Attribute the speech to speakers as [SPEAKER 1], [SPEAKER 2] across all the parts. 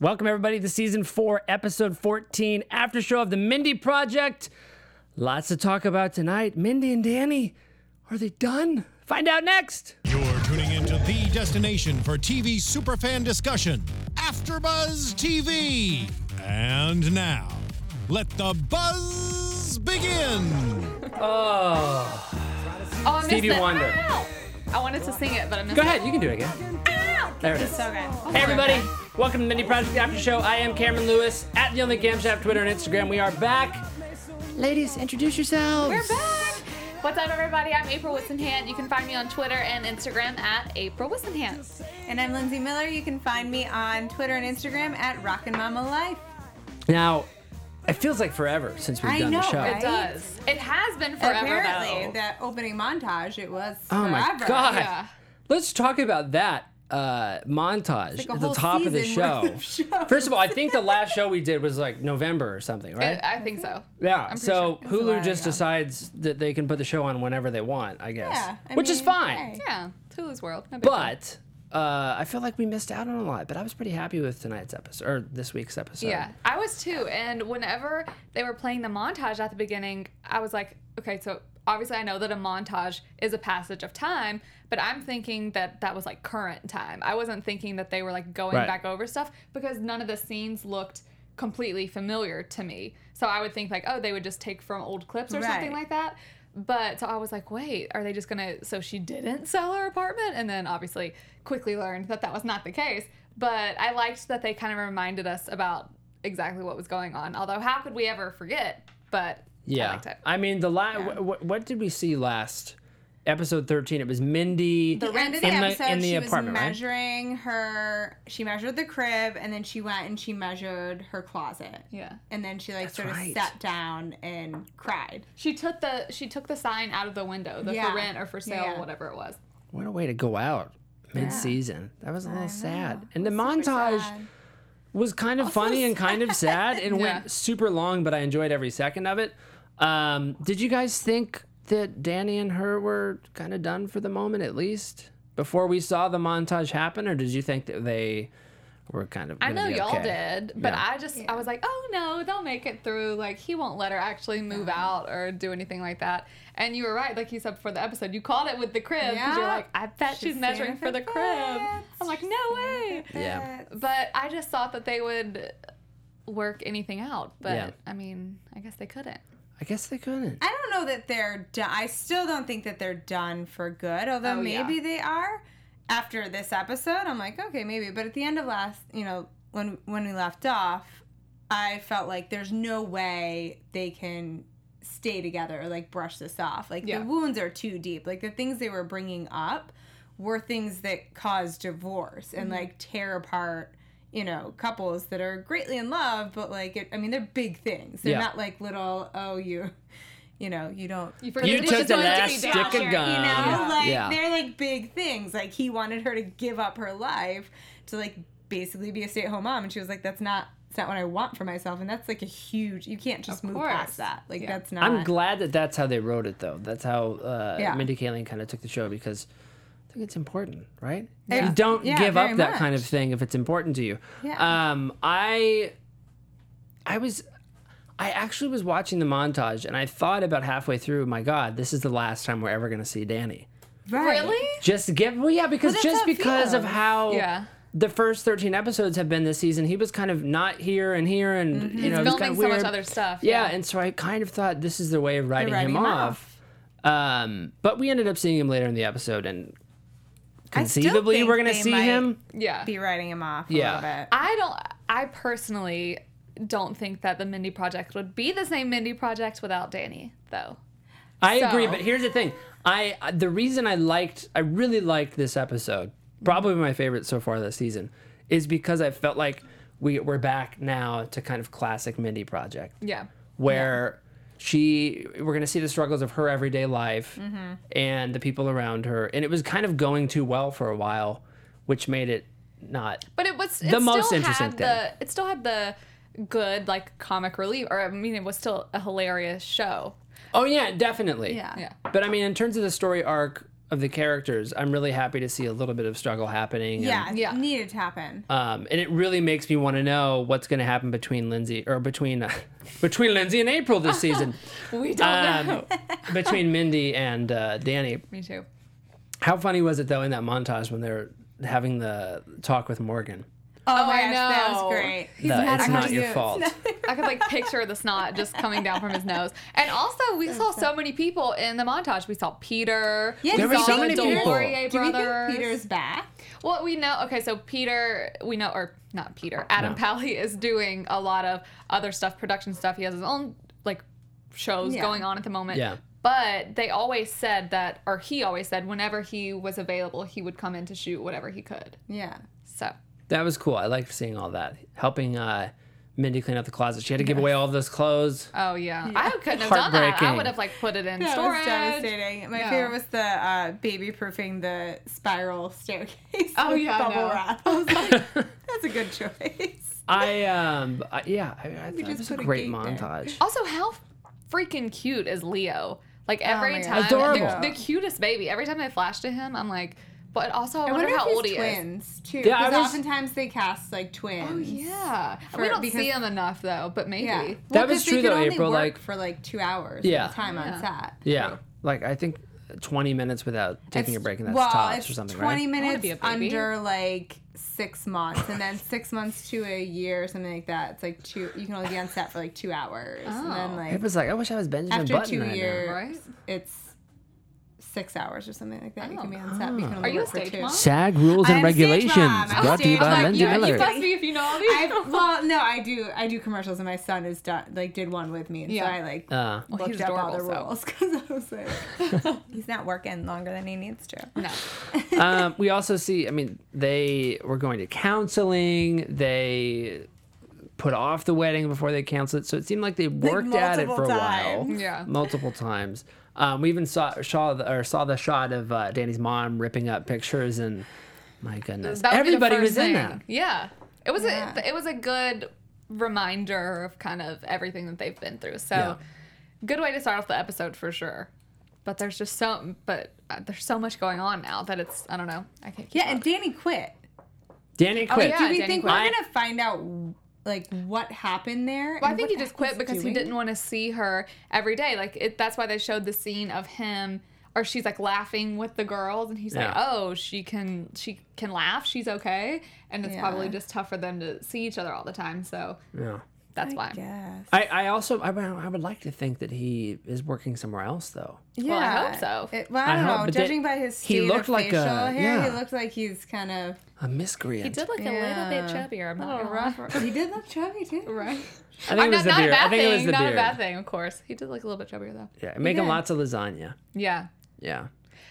[SPEAKER 1] Welcome, everybody, to season four, episode 14, after show of the Mindy Project. Lots to talk about tonight. Mindy and Danny, are they done? Find out next.
[SPEAKER 2] You're tuning into the destination for TV superfan discussion, AfterBuzz TV. And now, let the buzz begin.
[SPEAKER 3] Oh, I missed
[SPEAKER 1] Stevie
[SPEAKER 3] it.
[SPEAKER 1] Wonder.
[SPEAKER 3] Ow! I wanted to sing it, but I missed
[SPEAKER 1] Go
[SPEAKER 3] it.
[SPEAKER 1] ahead, you can do it again. There it is.
[SPEAKER 3] So good.
[SPEAKER 1] Hey, everybody. Welcome to Mindy Project the After Show. I am Cameron Lewis at The Only Cam Shaft, Twitter and Instagram. We are back. Ladies, introduce yourselves.
[SPEAKER 3] We're back. What's up, everybody? I'm April Wissenhant. You can find me on Twitter and Instagram at April Wissenhant.
[SPEAKER 4] And I'm Lindsay Miller. You can find me on Twitter and Instagram at Rockin' Mama Life.
[SPEAKER 1] Now, it feels like forever since we've
[SPEAKER 4] I
[SPEAKER 1] done the
[SPEAKER 4] know,
[SPEAKER 1] show.
[SPEAKER 4] right?
[SPEAKER 3] It does. It has been forever,
[SPEAKER 4] Apparently,
[SPEAKER 3] though.
[SPEAKER 4] that opening montage, it was
[SPEAKER 1] Oh
[SPEAKER 4] forever.
[SPEAKER 1] my god!
[SPEAKER 3] Yeah.
[SPEAKER 1] Let's talk about that uh, montage
[SPEAKER 4] a
[SPEAKER 1] at the
[SPEAKER 4] whole
[SPEAKER 1] top of the
[SPEAKER 4] season
[SPEAKER 1] show.
[SPEAKER 4] worth of shows.
[SPEAKER 1] First of all, I think the last show we did was like November or something, right?
[SPEAKER 3] It- I think so.
[SPEAKER 1] yeah.
[SPEAKER 3] pretty
[SPEAKER 1] So
[SPEAKER 3] sure.
[SPEAKER 1] Hulu
[SPEAKER 4] while
[SPEAKER 1] just
[SPEAKER 4] ago.
[SPEAKER 1] decides that they can put the show on whenever they want, I guess,
[SPEAKER 4] Yeah, I
[SPEAKER 1] which is
[SPEAKER 4] mean,
[SPEAKER 1] fine.
[SPEAKER 4] hey.
[SPEAKER 3] Yeah, it's Hulu's world. No big deal.
[SPEAKER 1] But uh, I feel like we missed out on a lot. But I was pretty happy with tonight's episode or this week's episode.
[SPEAKER 3] Yeah, I was too. And whenever they were playing the montage at the beginning, I was like, okay, so obviously I know that a montage is a passage of time, but I'm thinking that that was like current time. I wasn't thinking that they were like going
[SPEAKER 1] Right.
[SPEAKER 3] back over stuff because none of the scenes looked completely familiar to me. So I would think like, oh, they would just take from old clips or something
[SPEAKER 4] Right.
[SPEAKER 3] like that. But so I was like, wait, are they just gonna? So she didn't sell her apartment, and then obviously quickly learned that that was not the case. But I liked that they kind of reminded us about exactly what was going on. Although, how could we ever forget? But I
[SPEAKER 1] Yeah.
[SPEAKER 3] liked it.
[SPEAKER 1] I, mean, the last. what did we see last? Episode thirteen. It was Mindy.
[SPEAKER 4] The end of the
[SPEAKER 1] in the-
[SPEAKER 4] episode,
[SPEAKER 1] in the
[SPEAKER 4] she
[SPEAKER 1] apartment,
[SPEAKER 4] was
[SPEAKER 1] right?
[SPEAKER 4] measuring her. She measured the crib, and then she went and she measured her closet.
[SPEAKER 3] Yeah.
[SPEAKER 4] And then she like sort
[SPEAKER 1] right.
[SPEAKER 4] of sat down and cried.
[SPEAKER 3] she took the she took the sign out of the window, the
[SPEAKER 4] Yeah.
[SPEAKER 3] for rent or for sale,
[SPEAKER 4] Yeah.
[SPEAKER 3] whatever it was.
[SPEAKER 1] What a way to go out mid season. That was a little sad. And the montage
[SPEAKER 4] sad.
[SPEAKER 1] was kind of funny and kind of sad and
[SPEAKER 3] Yeah.
[SPEAKER 1] went super long, but I enjoyed every second of it. Um, did you guys think that Danny and her were kind of done for the moment at least before we saw the montage happen, or did you think that they were kind of?
[SPEAKER 3] I know
[SPEAKER 1] gonna be
[SPEAKER 3] y'all
[SPEAKER 1] okay?
[SPEAKER 3] did, but
[SPEAKER 1] Yeah.
[SPEAKER 3] I just I was like, oh no, they'll make it through. Like he won't let her actually move out or do anything like that. And you were right, like you said before the episode, you called it with the crib because you're
[SPEAKER 4] Yeah.
[SPEAKER 3] like, I bet she's,
[SPEAKER 4] She's
[SPEAKER 3] measuring
[SPEAKER 4] standing
[SPEAKER 3] for the
[SPEAKER 4] for
[SPEAKER 3] crib.
[SPEAKER 4] cribs.
[SPEAKER 3] I'm like, no way.
[SPEAKER 1] Yeah.
[SPEAKER 3] But I just thought that they would work anything out. But
[SPEAKER 1] Yeah.
[SPEAKER 3] I mean, I guess they couldn't.
[SPEAKER 1] I guess they couldn't.
[SPEAKER 4] I don't know that they're done. I still don't think that they're done for good, although
[SPEAKER 3] Oh, yeah.
[SPEAKER 4] maybe they are. After this episode, I'm like, okay, maybe. But at the end of last, you know, when when we left off, I felt like there's no way they can stay together or like brush this off. Like
[SPEAKER 3] Yeah.
[SPEAKER 4] the wounds are too deep. Like the things they were bringing up were things that cause divorce and
[SPEAKER 3] Mm-hmm.
[SPEAKER 4] like tear apart, you know, couples that are greatly in love, but like it, I mean, they're big things. They're
[SPEAKER 1] Yeah.
[SPEAKER 4] not like little, oh, you you know, you don't.
[SPEAKER 3] You,
[SPEAKER 1] You
[SPEAKER 3] forget
[SPEAKER 1] took
[SPEAKER 3] it's
[SPEAKER 1] the
[SPEAKER 3] going to be
[SPEAKER 1] last
[SPEAKER 3] down
[SPEAKER 1] stick of
[SPEAKER 3] here,
[SPEAKER 1] gum.
[SPEAKER 4] You know,
[SPEAKER 1] Yeah.
[SPEAKER 4] like
[SPEAKER 1] Yeah.
[SPEAKER 4] they're like big things. Like he wanted her to give up her life to like basically be a stay-at-home mom, and she was like, "That's not, that's not what I want for myself." And that's like a huge. You can't just move
[SPEAKER 3] course.
[SPEAKER 4] past that. Like
[SPEAKER 3] Yeah.
[SPEAKER 4] that's not.
[SPEAKER 1] I'm glad that that's how they wrote it, though. That's how uh,
[SPEAKER 4] Yeah.
[SPEAKER 1] Mindy Kaling kind of took the show because I think it's important, right?
[SPEAKER 4] Yeah.
[SPEAKER 1] You don't
[SPEAKER 4] Yeah,
[SPEAKER 1] give up
[SPEAKER 4] very
[SPEAKER 1] that kind of
[SPEAKER 4] much.
[SPEAKER 1] thing if it's important to you.
[SPEAKER 4] Yeah.
[SPEAKER 1] Um, I, I was, I actually was watching the montage and I thought about halfway through, my God, this is the last time we're ever going to see Danny.
[SPEAKER 4] Right.
[SPEAKER 3] Really?
[SPEAKER 1] Just give, well, yeah, because
[SPEAKER 4] that's
[SPEAKER 1] just
[SPEAKER 4] how it
[SPEAKER 1] because of
[SPEAKER 4] feels.
[SPEAKER 1] how.
[SPEAKER 3] Yeah.
[SPEAKER 1] The first 13 episodes have been this season. He was kind of not here and here, and
[SPEAKER 4] Mm-hmm.
[SPEAKER 1] you know, it was
[SPEAKER 3] Filming
[SPEAKER 1] kinda
[SPEAKER 3] so much
[SPEAKER 1] weird.
[SPEAKER 3] other stuff.
[SPEAKER 1] Yeah, and so I kind of thought this is their way of writing,
[SPEAKER 4] writing
[SPEAKER 1] him,
[SPEAKER 4] him
[SPEAKER 1] off. Um, but we ended up seeing him later in the episode, and
[SPEAKER 4] I still
[SPEAKER 1] conceivably
[SPEAKER 4] think
[SPEAKER 1] we're going to
[SPEAKER 4] they
[SPEAKER 1] see
[SPEAKER 4] might
[SPEAKER 1] him.
[SPEAKER 3] yeah.
[SPEAKER 4] Be writing him off a
[SPEAKER 1] Yeah.
[SPEAKER 4] little bit.
[SPEAKER 3] I don't. I personally don't think that the Mindy Project would be the same Mindy Project without Danny, though.
[SPEAKER 1] I
[SPEAKER 3] So-
[SPEAKER 1] agree, but here's the thing: I uh, the reason I liked, I really liked this episode, probably my favorite so far this season, is because I felt like we we're back now to kind of classic Mindy project.
[SPEAKER 3] Yeah.
[SPEAKER 1] where she we're going to see the struggles of her everyday life
[SPEAKER 3] Mm-hmm.
[SPEAKER 1] and the people around her and it was kind of going too well for a while which made it not
[SPEAKER 3] But it was it
[SPEAKER 1] The
[SPEAKER 3] still
[SPEAKER 1] most interesting
[SPEAKER 3] had
[SPEAKER 1] thing.
[SPEAKER 3] The, it still had the good like comic relief, or I mean, it was still a hilarious show.
[SPEAKER 1] oh yeah definitely
[SPEAKER 3] Yeah.
[SPEAKER 1] but i mean in terms of the story arc of the characters, I'm really happy to see a little bit of struggle happening. and-
[SPEAKER 4] Yeah,
[SPEAKER 3] Yeah.
[SPEAKER 4] yeah. needed to happen.
[SPEAKER 1] um, and it really makes me want to know what's going to happen between Lindsay or between between Lindsay and April this season,
[SPEAKER 3] We don't
[SPEAKER 1] um,
[SPEAKER 3] know.
[SPEAKER 1] between Mindy and uh, Danny.
[SPEAKER 3] Me too.
[SPEAKER 1] How funny was it though in that montage when they're having the talk with Morgan?
[SPEAKER 4] Oh,
[SPEAKER 3] I
[SPEAKER 4] that was
[SPEAKER 3] know.
[SPEAKER 4] great.
[SPEAKER 1] The,
[SPEAKER 3] mad
[SPEAKER 1] it's
[SPEAKER 3] at
[SPEAKER 1] not
[SPEAKER 3] her
[SPEAKER 1] your
[SPEAKER 4] dudes."
[SPEAKER 1] fault.
[SPEAKER 3] I could like picture the snot just coming down from his nose. And also, we saw so many people in the montage. We saw Peter.
[SPEAKER 4] Yeah,
[SPEAKER 3] we
[SPEAKER 4] There were
[SPEAKER 3] saw
[SPEAKER 4] so
[SPEAKER 3] the
[SPEAKER 1] many people.
[SPEAKER 3] Delorier
[SPEAKER 4] Do we
[SPEAKER 3] brothers.
[SPEAKER 4] think Peter's back?
[SPEAKER 3] Well, we know. Okay, so Peter, we know, or not Peter, Adam
[SPEAKER 1] No.
[SPEAKER 3] Pally is doing a lot of other stuff, production stuff. He has his own like shows
[SPEAKER 4] Yeah.
[SPEAKER 3] going on at the moment.
[SPEAKER 1] Yeah.
[SPEAKER 3] But they always said that, or he always said, whenever he was available, he would come in to shoot whatever he could.
[SPEAKER 4] Yeah.
[SPEAKER 3] So
[SPEAKER 1] That was cool. I liked seeing all that. Helping uh, Mindy clean out the closet. She had to give away all those clothes.
[SPEAKER 3] Oh yeah, I couldn't have done that. I
[SPEAKER 1] Heartbreaking.
[SPEAKER 3] would have like put it in
[SPEAKER 4] That
[SPEAKER 3] storage.
[SPEAKER 4] was devastating. My
[SPEAKER 3] Yeah.
[SPEAKER 4] favorite was the uh, baby proofing the spiral staircase.
[SPEAKER 3] Oh,
[SPEAKER 4] with
[SPEAKER 3] yeah, I
[SPEAKER 4] bubble
[SPEAKER 3] know.
[SPEAKER 4] wrap. I was like, that's a good choice.
[SPEAKER 1] I um I, yeah, I, I thought it
[SPEAKER 4] just
[SPEAKER 1] was a
[SPEAKER 4] put a
[SPEAKER 1] great
[SPEAKER 4] gate there.
[SPEAKER 1] montage.
[SPEAKER 3] Also, how freaking cute is Leo? Like every
[SPEAKER 4] Oh my
[SPEAKER 3] time,
[SPEAKER 4] God.
[SPEAKER 1] Adorable.
[SPEAKER 3] The, the cutest baby. Every time they flash to him, I'm like, but also I,
[SPEAKER 4] I
[SPEAKER 3] wonder,
[SPEAKER 4] wonder
[SPEAKER 3] how
[SPEAKER 4] if
[SPEAKER 3] old
[SPEAKER 4] he's
[SPEAKER 3] he is.
[SPEAKER 4] twins too.
[SPEAKER 1] Yeah, I
[SPEAKER 4] Because
[SPEAKER 1] was-
[SPEAKER 4] oftentimes they cast like twins.
[SPEAKER 3] Oh yeah, we
[SPEAKER 4] For-
[SPEAKER 3] don't
[SPEAKER 4] because-
[SPEAKER 3] see him enough though. But maybe.
[SPEAKER 4] Yeah.
[SPEAKER 1] That was
[SPEAKER 4] 'cause they
[SPEAKER 1] true,
[SPEAKER 4] could
[SPEAKER 1] though,
[SPEAKER 4] only
[SPEAKER 1] April,
[SPEAKER 4] work
[SPEAKER 1] like-
[SPEAKER 4] for like two hours.
[SPEAKER 1] Yeah.
[SPEAKER 4] Of time on set.
[SPEAKER 1] Yeah, like I think twenty minutes without taking a
[SPEAKER 4] It's-
[SPEAKER 1] break, and that's
[SPEAKER 4] well,
[SPEAKER 1] tops
[SPEAKER 4] it's
[SPEAKER 1] or something,
[SPEAKER 4] Twenty
[SPEAKER 1] right?
[SPEAKER 3] wanna
[SPEAKER 4] minutes
[SPEAKER 3] be a baby.
[SPEAKER 4] under like six months, and then six months to a year, or something like that. It's like two. You can only be on set for like two hours, and
[SPEAKER 3] Oh.
[SPEAKER 4] then
[SPEAKER 1] It
[SPEAKER 4] like
[SPEAKER 1] was like I wish I was Benjamin
[SPEAKER 4] after
[SPEAKER 1] Button
[SPEAKER 4] two
[SPEAKER 1] right
[SPEAKER 4] years,
[SPEAKER 3] Right?
[SPEAKER 4] it's six hours or something like that. You
[SPEAKER 3] Oh.
[SPEAKER 4] can be on set. but You can only
[SPEAKER 3] Are you
[SPEAKER 4] work
[SPEAKER 3] a
[SPEAKER 4] for
[SPEAKER 3] stage
[SPEAKER 4] two.
[SPEAKER 3] mom?
[SPEAKER 1] now. SAG rules and
[SPEAKER 4] I'm a stage
[SPEAKER 1] regulations
[SPEAKER 4] mom.
[SPEAKER 1] brought to you
[SPEAKER 4] I'm a
[SPEAKER 1] by
[SPEAKER 4] stage
[SPEAKER 1] Lindsay
[SPEAKER 3] you,
[SPEAKER 4] mom.
[SPEAKER 1] Miller.
[SPEAKER 3] you must be if you know all these.
[SPEAKER 4] I well, no, I do. I do commercials, and my son has done like did one with me, and
[SPEAKER 3] Yeah.
[SPEAKER 4] so I like
[SPEAKER 1] Uh,
[SPEAKER 3] he's
[SPEAKER 4] looked up all the
[SPEAKER 3] adorable,
[SPEAKER 4] rules because I was like, he's not working longer than he needs to.
[SPEAKER 3] no.
[SPEAKER 1] um, we also see, I mean, they were going to counseling. They put off the wedding before they canceled it. So it seemed like they worked at it for
[SPEAKER 4] multiple
[SPEAKER 1] a while.
[SPEAKER 4] times.
[SPEAKER 3] Yeah.
[SPEAKER 1] Multiple times. Um, we even saw, saw, the, or saw the shot of uh, Danny's mom ripping up pictures and my goodness.
[SPEAKER 3] That would be the
[SPEAKER 1] Everybody
[SPEAKER 3] first
[SPEAKER 1] was in
[SPEAKER 3] thing.
[SPEAKER 1] that.
[SPEAKER 3] Yeah, it was
[SPEAKER 4] Yeah.
[SPEAKER 3] a it was a good reminder of kind of everything that they've been through. So,
[SPEAKER 1] Yeah.
[SPEAKER 3] good way to start off the episode for sure. But there's just so but uh, there's so much going on now that it's I don't know I can't. Keep
[SPEAKER 4] Yeah, and Danny quit.
[SPEAKER 1] Danny quit.
[SPEAKER 3] Oh, yeah.
[SPEAKER 4] Do we
[SPEAKER 3] Danny
[SPEAKER 4] think
[SPEAKER 3] quit.
[SPEAKER 4] we're gonna find out like what happened there?
[SPEAKER 3] Well, I
[SPEAKER 4] and
[SPEAKER 3] think
[SPEAKER 4] what
[SPEAKER 3] he
[SPEAKER 4] the
[SPEAKER 3] just
[SPEAKER 4] heck
[SPEAKER 3] quit because he
[SPEAKER 4] doing?
[SPEAKER 3] didn't want to see her every day. Like it, that's why they showed the scene of him, or she's like laughing with the girls, and he's like,
[SPEAKER 1] Yeah.
[SPEAKER 3] "Oh, she can, she can laugh. She's okay." And it's
[SPEAKER 4] Yeah.
[SPEAKER 3] probably just tough for them to see each other all the time. So
[SPEAKER 1] Yeah.
[SPEAKER 3] that's why.
[SPEAKER 4] Yes.
[SPEAKER 1] I, I also, I, would- I would like to think that he is working somewhere else, though.
[SPEAKER 4] Yeah.
[SPEAKER 3] I hope so.
[SPEAKER 4] It- well, I
[SPEAKER 1] I
[SPEAKER 4] don't
[SPEAKER 1] hope-
[SPEAKER 4] know.
[SPEAKER 1] but they-
[SPEAKER 4] Judging by his
[SPEAKER 1] he
[SPEAKER 4] state he
[SPEAKER 1] looked
[SPEAKER 4] looked of
[SPEAKER 1] like
[SPEAKER 4] facial
[SPEAKER 1] a-
[SPEAKER 4] hair,
[SPEAKER 1] yeah.
[SPEAKER 4] he looked like he's kind of
[SPEAKER 1] A miscreant.
[SPEAKER 3] He did look a little
[SPEAKER 4] Yeah.
[SPEAKER 3] bit chubbier. I'm
[SPEAKER 4] a
[SPEAKER 3] not
[SPEAKER 4] little
[SPEAKER 3] gonna
[SPEAKER 4] rough.
[SPEAKER 3] lie.
[SPEAKER 4] he did look chubby too.
[SPEAKER 3] Oh. Right.
[SPEAKER 1] I think
[SPEAKER 3] I'm
[SPEAKER 1] it was
[SPEAKER 3] Uh, not,
[SPEAKER 1] the
[SPEAKER 3] not a
[SPEAKER 1] beer.
[SPEAKER 3] bad
[SPEAKER 1] I think
[SPEAKER 3] thing.
[SPEAKER 1] it was the
[SPEAKER 3] not
[SPEAKER 1] beer.
[SPEAKER 3] a bad thing, of course. He did look a little bit chubbier though.
[SPEAKER 1] Yeah, making
[SPEAKER 4] did.
[SPEAKER 1] lots of lasagna.
[SPEAKER 3] Yeah.
[SPEAKER 1] Yeah.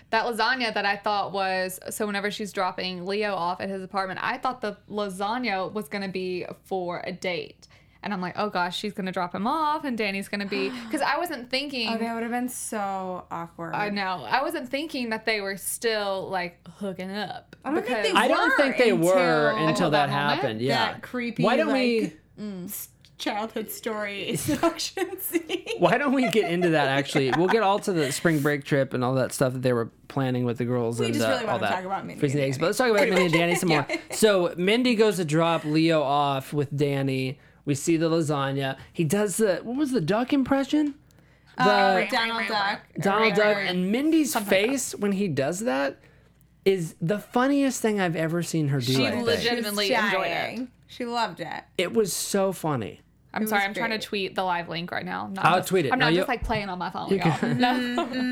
[SPEAKER 3] That lasagna that I thought was so whenever she's dropping Leo off at his apartment, I thought the lasagna was gonna be for a date. And I'm like, oh gosh, she's gonna drop him off and Danny's gonna be because I wasn't thinking
[SPEAKER 4] Oh, that would have been so awkward.
[SPEAKER 3] I know. I wasn't thinking that they were still like hooking up.
[SPEAKER 4] I don't think they
[SPEAKER 1] I don't
[SPEAKER 4] were
[SPEAKER 1] think they were until that
[SPEAKER 4] until-
[SPEAKER 3] Until that moment?
[SPEAKER 1] happened. Yeah.
[SPEAKER 4] That creepy,
[SPEAKER 1] Why don't
[SPEAKER 4] like-
[SPEAKER 1] we?
[SPEAKER 4] S- Childhood story seduction scene.
[SPEAKER 1] Why don't we get into that? Actually, we'll get all to the spring break trip and all that stuff that they were planning with the girls and
[SPEAKER 4] just
[SPEAKER 1] uh,
[SPEAKER 4] really wanna
[SPEAKER 1] all that.
[SPEAKER 4] talk about Mindy
[SPEAKER 1] freezing
[SPEAKER 4] and
[SPEAKER 1] eggs.
[SPEAKER 4] Danny.
[SPEAKER 1] But let's talk about Mindy and Danny some more. So Mindy goes to drop Leo off with Danny. We see the lasagna. He does the what was the duck impression? The
[SPEAKER 3] Oh,
[SPEAKER 4] Uh, Donald Duck.
[SPEAKER 1] Donald Duck and Mindy's face when he does that is the funniest thing I've ever seen her do.
[SPEAKER 3] She
[SPEAKER 1] I think.
[SPEAKER 3] legit-
[SPEAKER 4] She was
[SPEAKER 3] Legitimately enjoyed it.
[SPEAKER 4] dying. She loved it.
[SPEAKER 1] It was so funny.
[SPEAKER 3] I'm sorry,
[SPEAKER 4] was
[SPEAKER 3] I'm trying to
[SPEAKER 4] great.
[SPEAKER 3] tweet the live link right now. I'm not
[SPEAKER 1] I'll
[SPEAKER 3] just-
[SPEAKER 1] tweet it.
[SPEAKER 3] I'm
[SPEAKER 1] No,
[SPEAKER 3] not
[SPEAKER 1] you-
[SPEAKER 3] just like playing on my phone. y'all. No.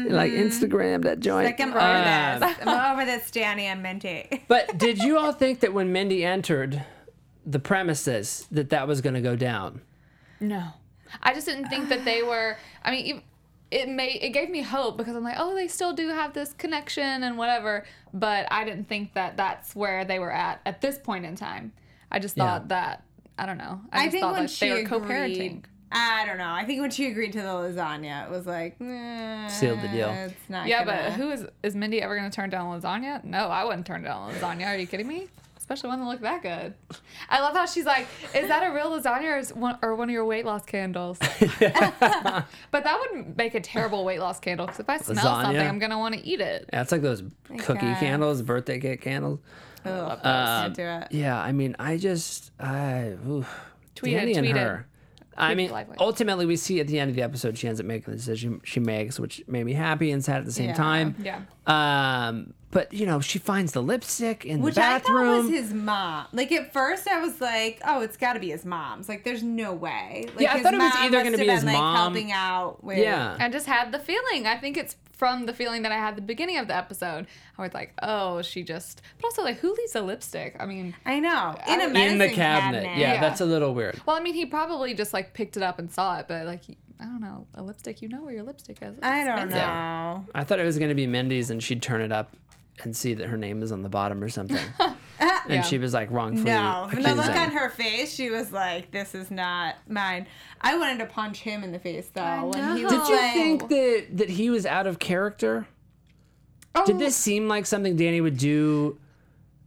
[SPEAKER 1] Like
[SPEAKER 4] Mm-hmm.
[SPEAKER 1] Instagram that joint.
[SPEAKER 4] Like I'm over this. I'm over this, Danny and Minty.
[SPEAKER 1] But did you all think that when Mindy entered the premises that that was going to go down?
[SPEAKER 3] No, I just didn't think that they were. I mean, ev- it may it gave me hope because I'm like, oh, they still do have this connection and whatever. But I didn't think that that's where they were at at this point in time. I just thought
[SPEAKER 1] Yeah.
[SPEAKER 3] that I don't know. I,
[SPEAKER 4] I
[SPEAKER 3] just
[SPEAKER 4] think
[SPEAKER 3] thought
[SPEAKER 4] when
[SPEAKER 3] that
[SPEAKER 4] she
[SPEAKER 3] they were
[SPEAKER 4] agreed,
[SPEAKER 3] co-parenting.
[SPEAKER 4] I don't know. I think when she agreed to the lasagna, it was like nah,
[SPEAKER 1] Sealed the deal.
[SPEAKER 4] It's not.
[SPEAKER 3] Yeah,
[SPEAKER 4] gonna-
[SPEAKER 3] but who is is Mindy ever going to turn down lasagna? No, I wouldn't turn down lasagna. Are you kidding me? especially one that looked that good. I love how she's like, "Is that a real lasagna or, is one, or one of your weight loss candles?" but that would make a terrible weight loss candle because if I smell
[SPEAKER 1] Lasagna?
[SPEAKER 3] something, I'm gonna want to eat it.
[SPEAKER 1] Yeah, it's like those cookie
[SPEAKER 4] God.
[SPEAKER 1] candles, birthday cake candles.
[SPEAKER 4] Ugh,
[SPEAKER 1] Um,
[SPEAKER 4] can't do it.
[SPEAKER 1] Yeah, I mean, I just, I, oof.
[SPEAKER 3] Tweet it,
[SPEAKER 1] Danny and
[SPEAKER 3] tweet it.
[SPEAKER 1] her. I
[SPEAKER 3] Tweet
[SPEAKER 1] mean,
[SPEAKER 3] the live link.
[SPEAKER 1] ultimately, we see at the end of the episode, she ends up making the decision she makes, which made me happy and sad at the same
[SPEAKER 4] Yeah.
[SPEAKER 1] time.
[SPEAKER 3] Yeah.
[SPEAKER 1] Um, but you know, she finds the lipstick in
[SPEAKER 4] Which
[SPEAKER 1] the
[SPEAKER 4] I thought
[SPEAKER 1] bathroom.
[SPEAKER 4] was his mom. Like at first, I was like, "Oh, it's got to be his mom's." Like, there's no way. Like,
[SPEAKER 1] Yeah, I
[SPEAKER 4] his
[SPEAKER 1] thought it was
[SPEAKER 4] mom
[SPEAKER 1] either
[SPEAKER 4] must
[SPEAKER 1] gonna
[SPEAKER 4] have
[SPEAKER 1] be
[SPEAKER 4] been,
[SPEAKER 1] his
[SPEAKER 4] like,
[SPEAKER 1] mom-
[SPEAKER 4] helping out with.
[SPEAKER 1] yeah.
[SPEAKER 3] I just had the feeling. I think it's from the feeling that I had at the beginning of the episode. I was like, "Oh, she just." But also, like, who leaves a lipstick? I mean,
[SPEAKER 4] I know. In a medicine
[SPEAKER 1] Uh, in the cabinet. Yeah,
[SPEAKER 3] Yeah.
[SPEAKER 1] that's a little weird.
[SPEAKER 3] well, I mean, he probably just like picked it up and saw it, but like, I don't know, a lipstick. You know where your lipstick is. It's
[SPEAKER 4] I don't know.
[SPEAKER 3] expensive.
[SPEAKER 1] I thought it was going to be Mindy's and she'd turn it up and see that her name is on the bottom or something. and
[SPEAKER 3] Yeah.
[SPEAKER 1] she was like wrongfully
[SPEAKER 4] No, and the
[SPEAKER 1] accused
[SPEAKER 4] look
[SPEAKER 1] them.
[SPEAKER 4] on her face, she was like, "This is not mine." I wanted to punch him in the face though. When he
[SPEAKER 3] know.
[SPEAKER 4] was
[SPEAKER 1] Did you
[SPEAKER 4] like,
[SPEAKER 1] think that that he was out of character? Did
[SPEAKER 4] Oh.
[SPEAKER 1] this seem like something Danny would do?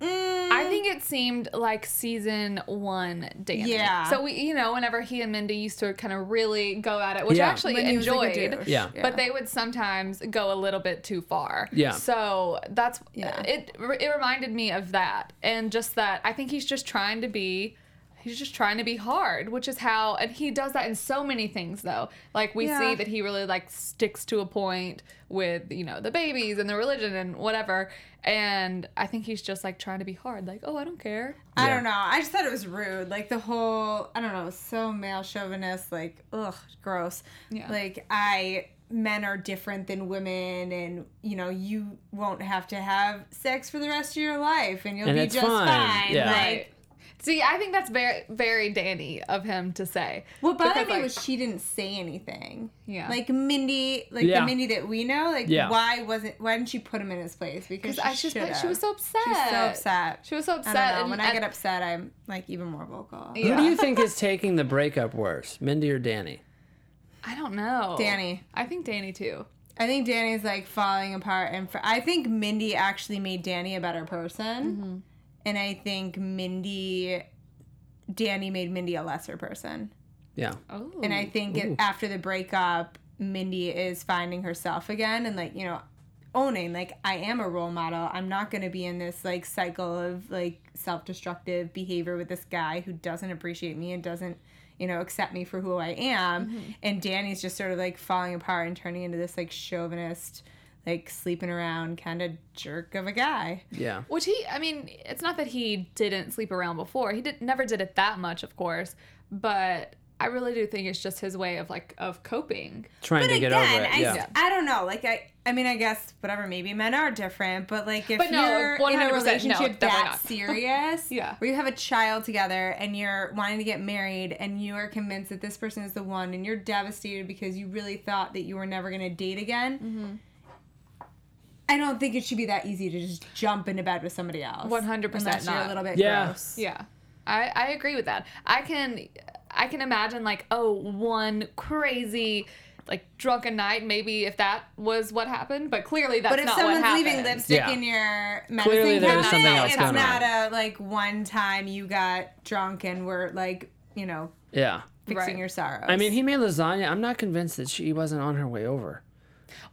[SPEAKER 3] I think it seemed like season one Danny.
[SPEAKER 4] Yeah.
[SPEAKER 3] So we, you know, whenever he and Mindy used to kind of really go at it, which
[SPEAKER 1] Yeah.
[SPEAKER 3] I actually
[SPEAKER 4] when he was, like,
[SPEAKER 3] enjoyed.
[SPEAKER 4] a douche?
[SPEAKER 1] Yeah.
[SPEAKER 3] But they would sometimes go a little bit too far.
[SPEAKER 1] Yeah.
[SPEAKER 3] So that's
[SPEAKER 4] Yeah.
[SPEAKER 3] it. It reminded me of that, and just that I think he's just trying to be, he's just trying to be hard, which is how, and he does that in so many things though. Like we
[SPEAKER 4] Yeah.
[SPEAKER 3] see that he really like sticks to a point with you know the babies and the religion and whatever, and I think he's just like trying to be hard, like oh I don't care.
[SPEAKER 4] I
[SPEAKER 1] Yeah.
[SPEAKER 4] don't know. I just thought it was rude. Like the whole, I don't know, it was so male chauvinist. Like, ugh, gross.
[SPEAKER 3] Yeah.
[SPEAKER 4] Like I, men are different than women, and you know, you won't have to have sex for the rest of your life, and you'll
[SPEAKER 1] And
[SPEAKER 4] be
[SPEAKER 1] it's
[SPEAKER 4] just
[SPEAKER 1] fine.
[SPEAKER 4] fine.
[SPEAKER 1] Yeah.
[SPEAKER 4] Like,
[SPEAKER 3] See, I think that's very, very Danny of him to say.
[SPEAKER 4] what bothered
[SPEAKER 3] Because,
[SPEAKER 4] me
[SPEAKER 3] like-
[SPEAKER 4] was she didn't say anything.
[SPEAKER 3] Yeah.
[SPEAKER 4] Like Mindy, like
[SPEAKER 1] Yeah.
[SPEAKER 4] the Mindy that we know. Like,
[SPEAKER 1] Yeah.
[SPEAKER 4] why wasn't? Why didn't she put him in his place?
[SPEAKER 3] Because
[SPEAKER 4] Because she,
[SPEAKER 3] I just
[SPEAKER 4] should've.
[SPEAKER 3] she was so upset.
[SPEAKER 4] She was so upset.
[SPEAKER 3] She was so upset.
[SPEAKER 4] I don't know.
[SPEAKER 3] and-
[SPEAKER 4] when I
[SPEAKER 3] and-
[SPEAKER 4] get upset, I'm like even more vocal.
[SPEAKER 1] Who
[SPEAKER 3] Yeah.
[SPEAKER 1] do you think is taking the breakup worse, Mindy or Danny?
[SPEAKER 3] I don't know.
[SPEAKER 4] Danny.
[SPEAKER 3] I think Danny too.
[SPEAKER 4] I think Danny's like falling apart, and fr- I think Mindy actually made Danny a better person, and I think Mindy, Danny made Mindy a lesser person,
[SPEAKER 1] Yeah.
[SPEAKER 3] Oh.
[SPEAKER 4] and I think it, after the breakup, Mindy is finding herself again, and like you know, owning like I am a role model. I'm not going to be in this like cycle of like self destructive behavior with this guy who doesn't appreciate me and doesn't you know accept me for who I am. And Danny's just sort of like falling apart and turning into this like chauvinist, like sleeping around kind of jerk of a guy.
[SPEAKER 1] Yeah.
[SPEAKER 3] Which he, I mean, it's not that he didn't sleep around before. He did never did it that much, of course. But I really do think it's just his way of like of coping.
[SPEAKER 1] Trying
[SPEAKER 4] But
[SPEAKER 1] to
[SPEAKER 4] again,
[SPEAKER 1] get over it.
[SPEAKER 4] I,
[SPEAKER 1] yeah.
[SPEAKER 4] I don't know. Like I, I mean, I guess whatever. Maybe men are different, but like if
[SPEAKER 3] But no,
[SPEAKER 4] you're in
[SPEAKER 3] 100%
[SPEAKER 4] a
[SPEAKER 3] no,
[SPEAKER 4] relationship
[SPEAKER 3] definitely
[SPEAKER 4] that
[SPEAKER 3] not.
[SPEAKER 4] serious,
[SPEAKER 3] Yeah.
[SPEAKER 4] where you have a child together and you're wanting to get married and you are convinced that this person is the one and you're devastated because you really thought that you were never going to date again.
[SPEAKER 3] Mm-hmm.
[SPEAKER 4] I don't think it should be that easy to just jump into bed with somebody else.
[SPEAKER 3] 100%
[SPEAKER 4] unless you're
[SPEAKER 3] not.
[SPEAKER 4] a little bit
[SPEAKER 1] Yeah.
[SPEAKER 4] gross.
[SPEAKER 3] Yeah, I, I agree with that. I can I can imagine like oh one crazy like drunken night maybe if that was what happened, but clearly that's
[SPEAKER 4] But if
[SPEAKER 3] not what
[SPEAKER 4] someone's
[SPEAKER 3] happened.
[SPEAKER 4] leaving lipstick
[SPEAKER 1] Yeah.
[SPEAKER 4] in your medicine
[SPEAKER 1] Clearly there was
[SPEAKER 4] cabinet,
[SPEAKER 1] something else
[SPEAKER 4] it's
[SPEAKER 1] going
[SPEAKER 4] not
[SPEAKER 1] on.
[SPEAKER 4] a like one time you got drunk and were like, you know,
[SPEAKER 1] yeah.
[SPEAKER 4] fixing
[SPEAKER 3] Right.
[SPEAKER 4] your sorrows.
[SPEAKER 1] I mean, he made lasagna. I'm not convinced that she wasn't on her way over.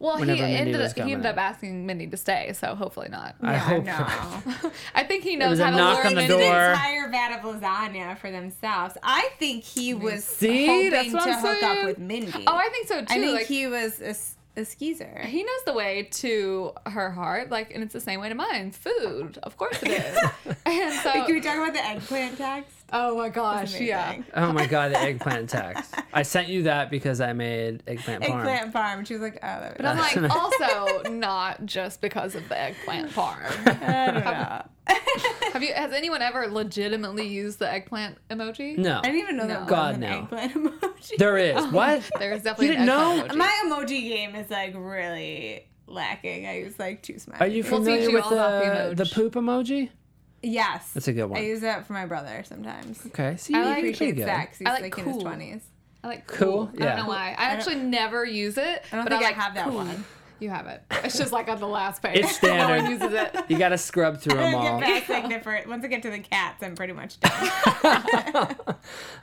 [SPEAKER 3] well, he
[SPEAKER 1] whenever Mindy
[SPEAKER 3] ended
[SPEAKER 1] was
[SPEAKER 3] up, he ended
[SPEAKER 1] coming.
[SPEAKER 3] up asking Mindy to stay, so hopefully not.
[SPEAKER 1] I
[SPEAKER 4] Yeah,
[SPEAKER 1] hope.
[SPEAKER 4] no.
[SPEAKER 3] I think he knows
[SPEAKER 1] was a
[SPEAKER 3] how to
[SPEAKER 1] knock
[SPEAKER 3] lure
[SPEAKER 1] on the
[SPEAKER 3] Mindy.
[SPEAKER 4] An
[SPEAKER 1] door.
[SPEAKER 4] entire vat of lasagna for themselves. I think he was
[SPEAKER 1] See?
[SPEAKER 4] hoping
[SPEAKER 1] That's
[SPEAKER 4] to
[SPEAKER 1] what I'm
[SPEAKER 4] hook up
[SPEAKER 1] saying.
[SPEAKER 4] with Mindy.
[SPEAKER 3] Oh, I think so too.
[SPEAKER 4] I think
[SPEAKER 3] like, he
[SPEAKER 4] he was a, s- a skeezer.
[SPEAKER 3] knows the way to her heart, like, and it's the same way to mine. Food, of course it is. and so,
[SPEAKER 4] Can we talk about the eggplant text?
[SPEAKER 3] oh my gosh, yeah.
[SPEAKER 4] Amazing.
[SPEAKER 1] Oh my god, the eggplant tax. I sent you that because I made eggplant parm.
[SPEAKER 4] Eggplant farm. She was like, oh, that
[SPEAKER 3] But I'm like, also not just because of the eggplant farm.
[SPEAKER 4] I don't know.
[SPEAKER 3] Have you? Has anyone ever legitimately used the eggplant emoji?
[SPEAKER 1] No.
[SPEAKER 4] I didn't even know that was
[SPEAKER 1] God,
[SPEAKER 4] an
[SPEAKER 1] no.
[SPEAKER 4] eggplant emoji.
[SPEAKER 1] There is.
[SPEAKER 3] um,
[SPEAKER 1] What?
[SPEAKER 3] There's definitely.
[SPEAKER 1] You
[SPEAKER 3] an
[SPEAKER 1] didn't
[SPEAKER 3] eggplant emoji.
[SPEAKER 4] My emoji game is like really lacking. I use like two smiles.
[SPEAKER 1] Are you
[SPEAKER 3] We'll teach
[SPEAKER 1] familiar
[SPEAKER 3] you
[SPEAKER 1] with
[SPEAKER 3] all about
[SPEAKER 1] the,
[SPEAKER 3] the
[SPEAKER 1] the
[SPEAKER 3] emoji.
[SPEAKER 1] poop emoji?
[SPEAKER 4] Yes.
[SPEAKER 1] That's a good
[SPEAKER 4] I
[SPEAKER 1] one.
[SPEAKER 4] use that for my brother sometimes.
[SPEAKER 1] Okay. See,
[SPEAKER 3] I
[SPEAKER 1] you
[SPEAKER 3] like-
[SPEAKER 1] did pretty
[SPEAKER 4] Appreciate
[SPEAKER 1] good.
[SPEAKER 4] that 'cause he's
[SPEAKER 3] I like
[SPEAKER 4] like, in his
[SPEAKER 3] cool.
[SPEAKER 4] twenties.
[SPEAKER 3] I like
[SPEAKER 1] Cool,
[SPEAKER 3] cool. I
[SPEAKER 1] yeah.
[SPEAKER 3] don't know why. I actually never use it.
[SPEAKER 4] I don't
[SPEAKER 3] but
[SPEAKER 4] think I
[SPEAKER 3] like
[SPEAKER 4] have that
[SPEAKER 3] cool.
[SPEAKER 4] one.
[SPEAKER 3] You have it. It's just like on the last page.
[SPEAKER 1] It's
[SPEAKER 3] no one
[SPEAKER 1] standard.
[SPEAKER 3] uses it.
[SPEAKER 1] You got to scrub through them all.
[SPEAKER 4] Get past, like, the fir- once I get to the cats, I'm pretty much done.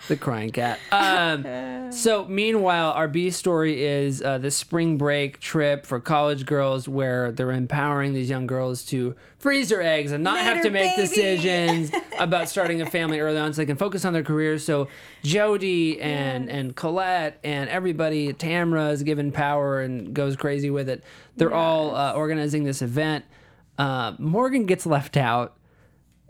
[SPEAKER 1] the crying cat. Um, so meanwhile, our B story is uh, the spring break trip for college girls, where they're empowering these young girls to freeze their eggs and not have
[SPEAKER 4] Later,
[SPEAKER 1] to make
[SPEAKER 4] baby.
[SPEAKER 1] decisions about starting a family early on, so they can focus on their careers. So Jody and and Colette and everybody, Tamra is given power and goes crazy with it. They're all uh, organizing this event. Uh, Morgan gets left out,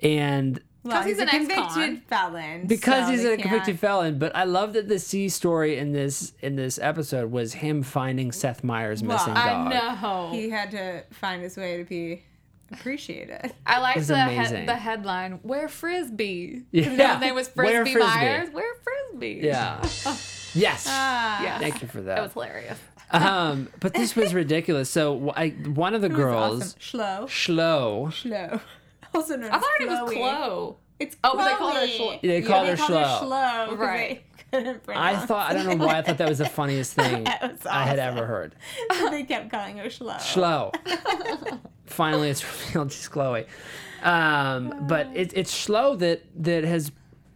[SPEAKER 1] and
[SPEAKER 4] Well,
[SPEAKER 3] he's
[SPEAKER 4] he's,
[SPEAKER 3] an
[SPEAKER 4] a
[SPEAKER 3] ex-con.
[SPEAKER 4] convicted felon.
[SPEAKER 1] because
[SPEAKER 4] so
[SPEAKER 1] he's
[SPEAKER 4] they
[SPEAKER 1] a convicted
[SPEAKER 4] can't-
[SPEAKER 1] felon. But I love that the C story in this in this episode was him finding Seth Meyers'
[SPEAKER 4] Well,
[SPEAKER 1] missing dog.
[SPEAKER 3] I know.
[SPEAKER 4] He had to find his way to be appreciated.
[SPEAKER 3] I liked
[SPEAKER 1] It's
[SPEAKER 3] the, he-
[SPEAKER 1] amazing.
[SPEAKER 3] the headline, Where Frisbee?
[SPEAKER 1] Yeah.
[SPEAKER 3] Yeah. His name was Frisbee,
[SPEAKER 1] Where Frisbee.
[SPEAKER 3] Myers. Where Frisbee?
[SPEAKER 1] Yeah. yes.
[SPEAKER 4] Ah.
[SPEAKER 3] Yes.
[SPEAKER 1] Thank you for
[SPEAKER 3] It was
[SPEAKER 1] that.
[SPEAKER 3] hilarious.
[SPEAKER 1] Um, but this was ridiculous. So I, one of the girls,
[SPEAKER 4] Awesome. Schlo.
[SPEAKER 1] Schlo,
[SPEAKER 4] Schlo. Also known
[SPEAKER 3] I thought
[SPEAKER 4] as
[SPEAKER 3] it was
[SPEAKER 4] Chloe.
[SPEAKER 3] Chloe.
[SPEAKER 4] It's
[SPEAKER 3] Oh, but they called her
[SPEAKER 4] Chloe.
[SPEAKER 3] Schlo.
[SPEAKER 1] They
[SPEAKER 4] Yeah,
[SPEAKER 1] called her
[SPEAKER 4] called
[SPEAKER 1] Schlo.
[SPEAKER 4] Schlo 'cause
[SPEAKER 3] Right.
[SPEAKER 4] they couldn't
[SPEAKER 1] I
[SPEAKER 4] pronounce
[SPEAKER 1] thought I don't know why I thought that was the funniest thing
[SPEAKER 4] That was
[SPEAKER 1] I had
[SPEAKER 4] awesome.
[SPEAKER 1] ever heard.
[SPEAKER 4] it, so they kept calling her Schlo.
[SPEAKER 1] Schlo. Finally, it's revealed she's Chloe. Um, but it, it's Schlo that that has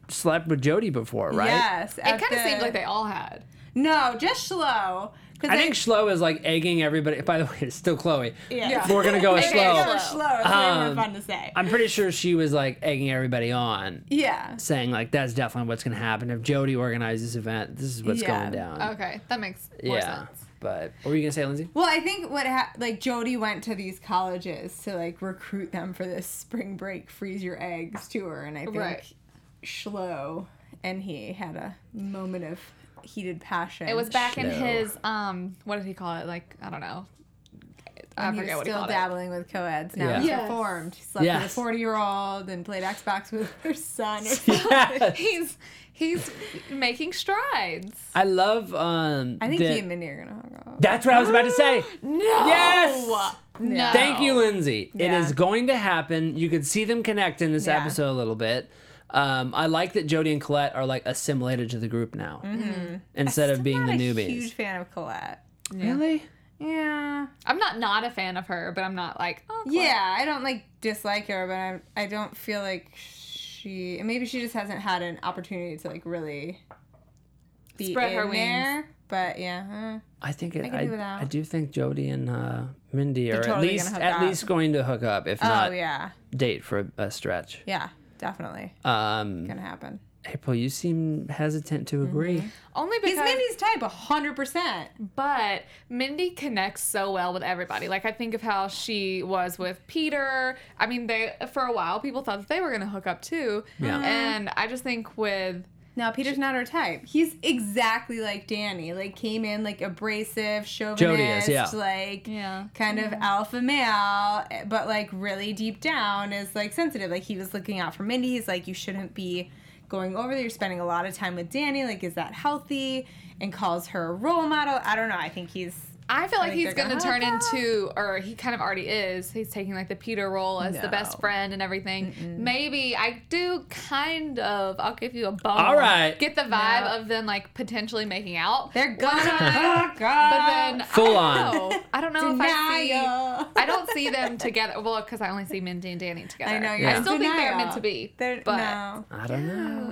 [SPEAKER 1] slept with Jody before, right?
[SPEAKER 4] Yes.
[SPEAKER 3] It kind of seemed like they all had.
[SPEAKER 4] No, just Schlo. 'Cause
[SPEAKER 1] I
[SPEAKER 4] they-
[SPEAKER 1] think Schlo is like egging everybody. By the way, it's still Chloe.
[SPEAKER 4] Yeah.
[SPEAKER 3] Yeah.
[SPEAKER 1] We're gonna go with
[SPEAKER 3] Okay,
[SPEAKER 1] Schlo.
[SPEAKER 3] Schlo.
[SPEAKER 4] Or Schlo. It's way more
[SPEAKER 1] Um,
[SPEAKER 4] fun to say.
[SPEAKER 1] I'm pretty sure she was like egging everybody on,
[SPEAKER 4] yeah.
[SPEAKER 1] saying like that's definitely what's gonna happen if Jody organizes this event. This is what's
[SPEAKER 4] Yeah.
[SPEAKER 1] going down.
[SPEAKER 3] Okay, that makes more
[SPEAKER 1] Um, yeah.
[SPEAKER 3] sense.
[SPEAKER 1] But what were you gonna say, Lindsay?
[SPEAKER 4] Well, I think what ha- like Jody went to these colleges to like recruit them for this spring break freeze your eggs tour, and I think
[SPEAKER 3] Right.
[SPEAKER 4] Schlo and he had a moment of heated passion.
[SPEAKER 3] It was back in
[SPEAKER 1] Schlo.
[SPEAKER 3] his, um, what did he call it? Like, I don't know. I
[SPEAKER 4] And he was
[SPEAKER 3] forget what he
[SPEAKER 4] still
[SPEAKER 3] called it.
[SPEAKER 4] dabbling with co-eds. Now
[SPEAKER 1] Yeah.
[SPEAKER 4] he's
[SPEAKER 3] Yes.
[SPEAKER 4] reformed. He slept with
[SPEAKER 1] Yes.
[SPEAKER 4] a forty-year-old and played Xbox with her son. Or something.
[SPEAKER 3] He's he's making strides.
[SPEAKER 1] I love. Um,
[SPEAKER 4] I think
[SPEAKER 1] that-
[SPEAKER 4] he and Minnie are gonna hug off.
[SPEAKER 1] that's what I was about to say.
[SPEAKER 3] No.
[SPEAKER 1] Yes!
[SPEAKER 3] No.
[SPEAKER 1] Thank you, Lindsay.
[SPEAKER 4] Yeah.
[SPEAKER 1] It is going to happen. You could see them connect in this
[SPEAKER 4] Yeah.
[SPEAKER 1] episode a little bit. Um, I like that Jody and Colette are like assimilated to the group now instead of being the
[SPEAKER 4] Mm-hmm. Not
[SPEAKER 1] newbies.
[SPEAKER 4] A huge fan of Colette.
[SPEAKER 1] Really?
[SPEAKER 4] Yeah.
[SPEAKER 3] I'm not not a fan of her, but I'm not like oh Chloe.
[SPEAKER 4] Yeah, I don't like dislike her, but I'm, I don't feel like she. Maybe she just hasn't had an opportunity to like really be
[SPEAKER 3] Spread her
[SPEAKER 4] in
[SPEAKER 3] wings.
[SPEAKER 4] there. But yeah,
[SPEAKER 1] I think it,
[SPEAKER 4] can
[SPEAKER 1] I,
[SPEAKER 4] do without.
[SPEAKER 1] I do think Jody and uh, Mindy are at
[SPEAKER 4] totally gonna
[SPEAKER 1] least
[SPEAKER 4] hook
[SPEAKER 1] at
[SPEAKER 4] up.
[SPEAKER 1] least going to hook up, if
[SPEAKER 4] huh.
[SPEAKER 1] not
[SPEAKER 4] oh yeah,
[SPEAKER 1] date for a, a stretch.
[SPEAKER 4] yeah, definitely
[SPEAKER 1] Um,
[SPEAKER 4] gonna happen.
[SPEAKER 1] April, you seem hesitant to agree.
[SPEAKER 3] only
[SPEAKER 4] He's
[SPEAKER 3] because
[SPEAKER 4] Mindy's type, hundred percent.
[SPEAKER 3] but Mindy connects so well with everybody. Like I think of how she was with Peter. I mean, they for a while people thought that they were gonna hook up too.
[SPEAKER 1] Yeah.
[SPEAKER 3] And I just think with
[SPEAKER 4] No, Peter's not her type. He's exactly like Danny. Like came in like abrasive, chauvinist,
[SPEAKER 1] Jody is, yeah.
[SPEAKER 4] like
[SPEAKER 3] Yeah.
[SPEAKER 4] kind of alpha male, but like really deep down is like sensitive. Like he was looking out for Mindy. He's like, you shouldn't be going over there. You're spending a lot of time with Danny. Like, is that healthy? And calls her a role model. I don't know. I think he's
[SPEAKER 3] I feel like
[SPEAKER 4] think
[SPEAKER 3] he's
[SPEAKER 4] they're
[SPEAKER 3] going to
[SPEAKER 4] gonna
[SPEAKER 3] turn
[SPEAKER 4] hook up.
[SPEAKER 3] into, or he kind of already is. He's taking like the Peter role as the best
[SPEAKER 4] No.
[SPEAKER 3] friend and everything. Maybe I do kind of. I'll give you a bone.
[SPEAKER 1] All right.
[SPEAKER 3] Get the vibe
[SPEAKER 4] No.
[SPEAKER 3] of them like potentially making out.
[SPEAKER 4] they're gonna hook
[SPEAKER 3] But
[SPEAKER 4] up.
[SPEAKER 3] then
[SPEAKER 1] Full
[SPEAKER 3] I
[SPEAKER 1] on.
[SPEAKER 3] don't know. I don't know if I see.
[SPEAKER 4] denial.
[SPEAKER 3] I don't see them together. Well, because I only see Mindy and Danny together.
[SPEAKER 4] I know. You're
[SPEAKER 3] I
[SPEAKER 4] in
[SPEAKER 3] still think they're
[SPEAKER 4] denial.
[SPEAKER 3] meant to be.
[SPEAKER 4] They're,
[SPEAKER 3] but
[SPEAKER 4] no,
[SPEAKER 1] I don't know.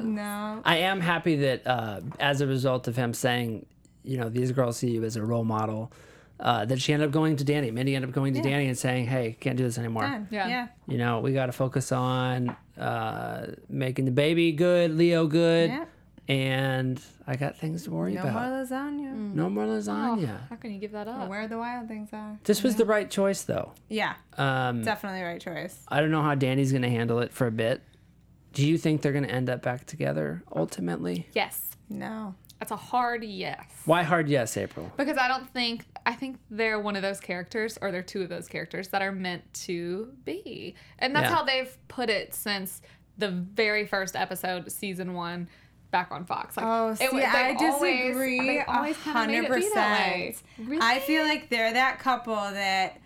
[SPEAKER 4] no.
[SPEAKER 1] I am happy that uh, as a result of him saying, you know, these girls see you as a role model, uh, that she ended up going to Danny. Mindy ended up going to Danny and saying, hey, can't do this anymore.
[SPEAKER 4] Done.
[SPEAKER 3] Yeah.
[SPEAKER 4] yeah.
[SPEAKER 1] You know, we got to focus on uh, making the baby good, Leo good,
[SPEAKER 4] Yep.
[SPEAKER 1] and I got things to worry
[SPEAKER 4] No
[SPEAKER 1] about.
[SPEAKER 4] more lasagna.
[SPEAKER 3] Mm.
[SPEAKER 1] no more
[SPEAKER 3] oh,
[SPEAKER 1] lasagna.
[SPEAKER 3] how can you give that
[SPEAKER 4] Or
[SPEAKER 3] up?
[SPEAKER 4] Where the wild things are.
[SPEAKER 1] This was the right choice, though.
[SPEAKER 4] Uh, Yeah,
[SPEAKER 1] Um,
[SPEAKER 4] definitely right choice.
[SPEAKER 1] I don't know how Danny's going to handle it for a bit. Do you think they're going to end up back together ultimately?
[SPEAKER 3] Yes,
[SPEAKER 4] No.
[SPEAKER 3] that's a hard yes.
[SPEAKER 1] Why hard yes, April?
[SPEAKER 3] Because I don't think I think they're one of those characters, or they're two of those characters that are meant to be, and that's
[SPEAKER 1] Yeah.
[SPEAKER 3] how they've put it since the very first episode, season one, back on Fox. Like,
[SPEAKER 4] Oh, see,
[SPEAKER 3] was-
[SPEAKER 4] I
[SPEAKER 3] they've always-
[SPEAKER 4] disagree.
[SPEAKER 3] they've always kinda made
[SPEAKER 4] hundred
[SPEAKER 3] it be that way.
[SPEAKER 4] percent. I feel like they're that couple that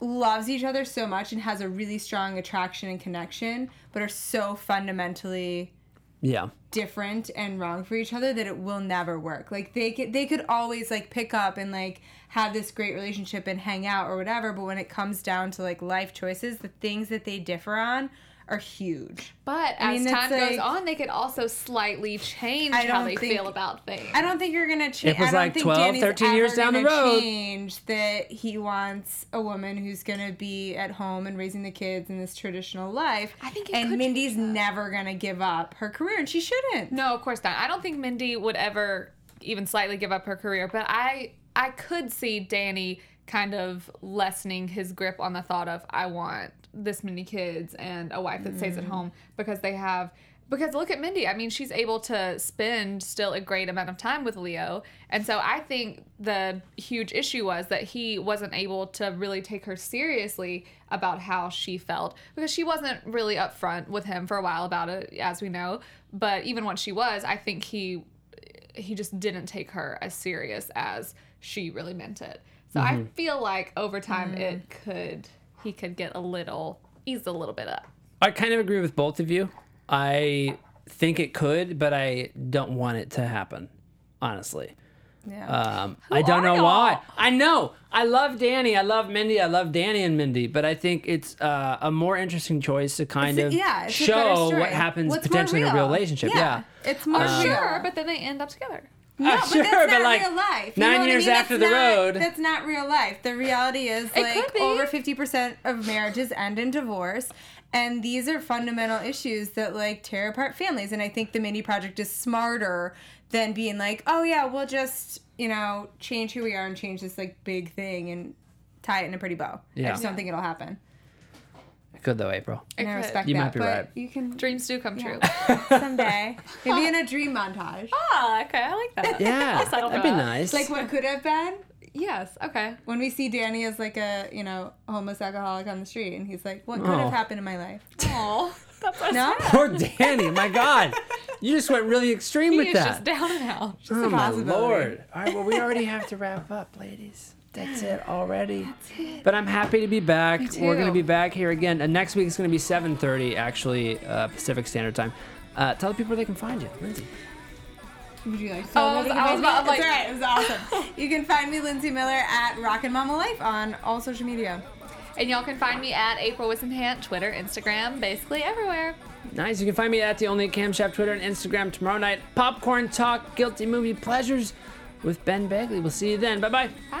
[SPEAKER 4] loves each other so much and has a really strong attraction and connection, but are so fundamentally
[SPEAKER 1] Yeah.
[SPEAKER 4] different and wrong for each other that it will never work. Like they could, they could always like pick up and like have this great relationship and hang out or whatever, but when it comes down to like life choices, the things that they differ on are huge.
[SPEAKER 3] But
[SPEAKER 4] I
[SPEAKER 3] as
[SPEAKER 4] mean, it's
[SPEAKER 3] time goes
[SPEAKER 4] like-
[SPEAKER 3] on, they could also slightly change
[SPEAKER 4] I
[SPEAKER 3] how
[SPEAKER 4] don't
[SPEAKER 3] they
[SPEAKER 4] think-
[SPEAKER 3] feel about things.
[SPEAKER 4] I don't think you're gonna change.
[SPEAKER 1] It was
[SPEAKER 4] I don't
[SPEAKER 1] like
[SPEAKER 4] think
[SPEAKER 1] 12,
[SPEAKER 4] Danny's
[SPEAKER 1] 13 years
[SPEAKER 4] ever
[SPEAKER 1] down the
[SPEAKER 4] gonna
[SPEAKER 1] road.
[SPEAKER 4] Change that he wants a woman who's gonna be at home and raising the kids in this traditional life.
[SPEAKER 3] I think it could
[SPEAKER 4] and
[SPEAKER 3] change
[SPEAKER 4] Mindy's
[SPEAKER 3] that.
[SPEAKER 4] never gonna give up her career, and she shouldn't.
[SPEAKER 3] No, of course not. I don't think Mindy would ever even slightly give up her career, but I I could see Danny kind of lessening his grip on the thought of I want this many kids and a wife that stays at home because they have because look at Mindy. I mean, she's able to spend still a great amount of time with Leo. And so I think the huge issue was that he wasn't able to really take her seriously about how she felt because she wasn't really upfront with him for a while about it, as we know. But even when she was, I think he he just didn't take her as serious as she really meant it. So I feel like over time it could he could get a little ease a little bit up.
[SPEAKER 1] I kind of agree with both of you. I think it could, but I don't want it to happen, honestly.
[SPEAKER 4] Yeah.
[SPEAKER 1] Um, I don't
[SPEAKER 3] are
[SPEAKER 1] know
[SPEAKER 3] y'all?
[SPEAKER 1] why. I know. I love Danny. I love Mindy. I love Danny and Mindy, but I think it's uh, a more interesting choice to kind
[SPEAKER 4] It's-
[SPEAKER 1] of
[SPEAKER 4] yeah, it's a better
[SPEAKER 1] show
[SPEAKER 4] story.
[SPEAKER 1] what happens
[SPEAKER 4] What's more
[SPEAKER 1] potentially in a real
[SPEAKER 4] real?
[SPEAKER 1] relationship.
[SPEAKER 4] Yeah.
[SPEAKER 1] Yeah. Um,
[SPEAKER 4] It's more real.
[SPEAKER 3] sure, but then they end up together.
[SPEAKER 1] No,
[SPEAKER 4] but that's not real life. You know
[SPEAKER 1] nine
[SPEAKER 4] what I
[SPEAKER 1] years
[SPEAKER 4] mean?
[SPEAKER 1] after
[SPEAKER 4] That's
[SPEAKER 1] the
[SPEAKER 4] not-
[SPEAKER 1] road.
[SPEAKER 4] That's not real life. The reality is
[SPEAKER 3] could
[SPEAKER 4] like
[SPEAKER 3] be.
[SPEAKER 4] over 50% of marriages end in divorce. And these are fundamental issues that like tear apart families. And I think the Mini Project is smarter than being like, oh yeah, we'll just, you know, change who we are and change this like big thing and tie it in a pretty bow. I
[SPEAKER 1] Yeah.
[SPEAKER 4] just don't think it'll happen.
[SPEAKER 1] Good though, April.
[SPEAKER 4] And I
[SPEAKER 3] could.
[SPEAKER 4] respect
[SPEAKER 1] You
[SPEAKER 4] that.
[SPEAKER 1] might be
[SPEAKER 4] but
[SPEAKER 1] right.
[SPEAKER 4] you can
[SPEAKER 3] Dreams do come true.
[SPEAKER 4] someday. Maybe in a dream montage.
[SPEAKER 3] Ah, okay, I like that.
[SPEAKER 1] Yeah,
[SPEAKER 3] settle
[SPEAKER 1] that'd
[SPEAKER 3] for
[SPEAKER 1] be
[SPEAKER 3] that.
[SPEAKER 1] nice.
[SPEAKER 4] Like what could have been.
[SPEAKER 3] Yes, okay.
[SPEAKER 4] when we see Danny as like a you know homeless alcoholic on the street, and he's like, "What could
[SPEAKER 1] Oh.
[SPEAKER 4] have happened in my life?"
[SPEAKER 3] Aw, that's so
[SPEAKER 4] No,
[SPEAKER 1] Poor Danny. My God, you just went really extreme
[SPEAKER 3] He
[SPEAKER 1] with
[SPEAKER 3] is
[SPEAKER 1] that.
[SPEAKER 3] just down and out.
[SPEAKER 1] Oh my
[SPEAKER 4] possibility.
[SPEAKER 1] lord! All right, well, we already have to wrap up, ladies. That's it already. But I'm happy to be back. We're going to
[SPEAKER 3] too.
[SPEAKER 1] be back here again. And next week is going to be 7:30, actually, uh, Pacific Standard Time. Uh, tell the people where they can find you, Lindsay.
[SPEAKER 4] would you like? To
[SPEAKER 3] I was- I was about- I'm
[SPEAKER 4] It's
[SPEAKER 3] like-
[SPEAKER 4] all right. It was awesome. you can find me Lindsay Miller at Rockin' Mama Life on all social media.
[SPEAKER 3] And y'all can find me at April Wissenhant, Twitter, Instagram, basically everywhere.
[SPEAKER 1] Nice. You can find me at the only camshaft Twitter and Instagram tomorrow night. Popcorn Talk, Guilty Movie Pleasures, with Ben Bagley. We'll see you then. Bye bye.
[SPEAKER 3] Bye.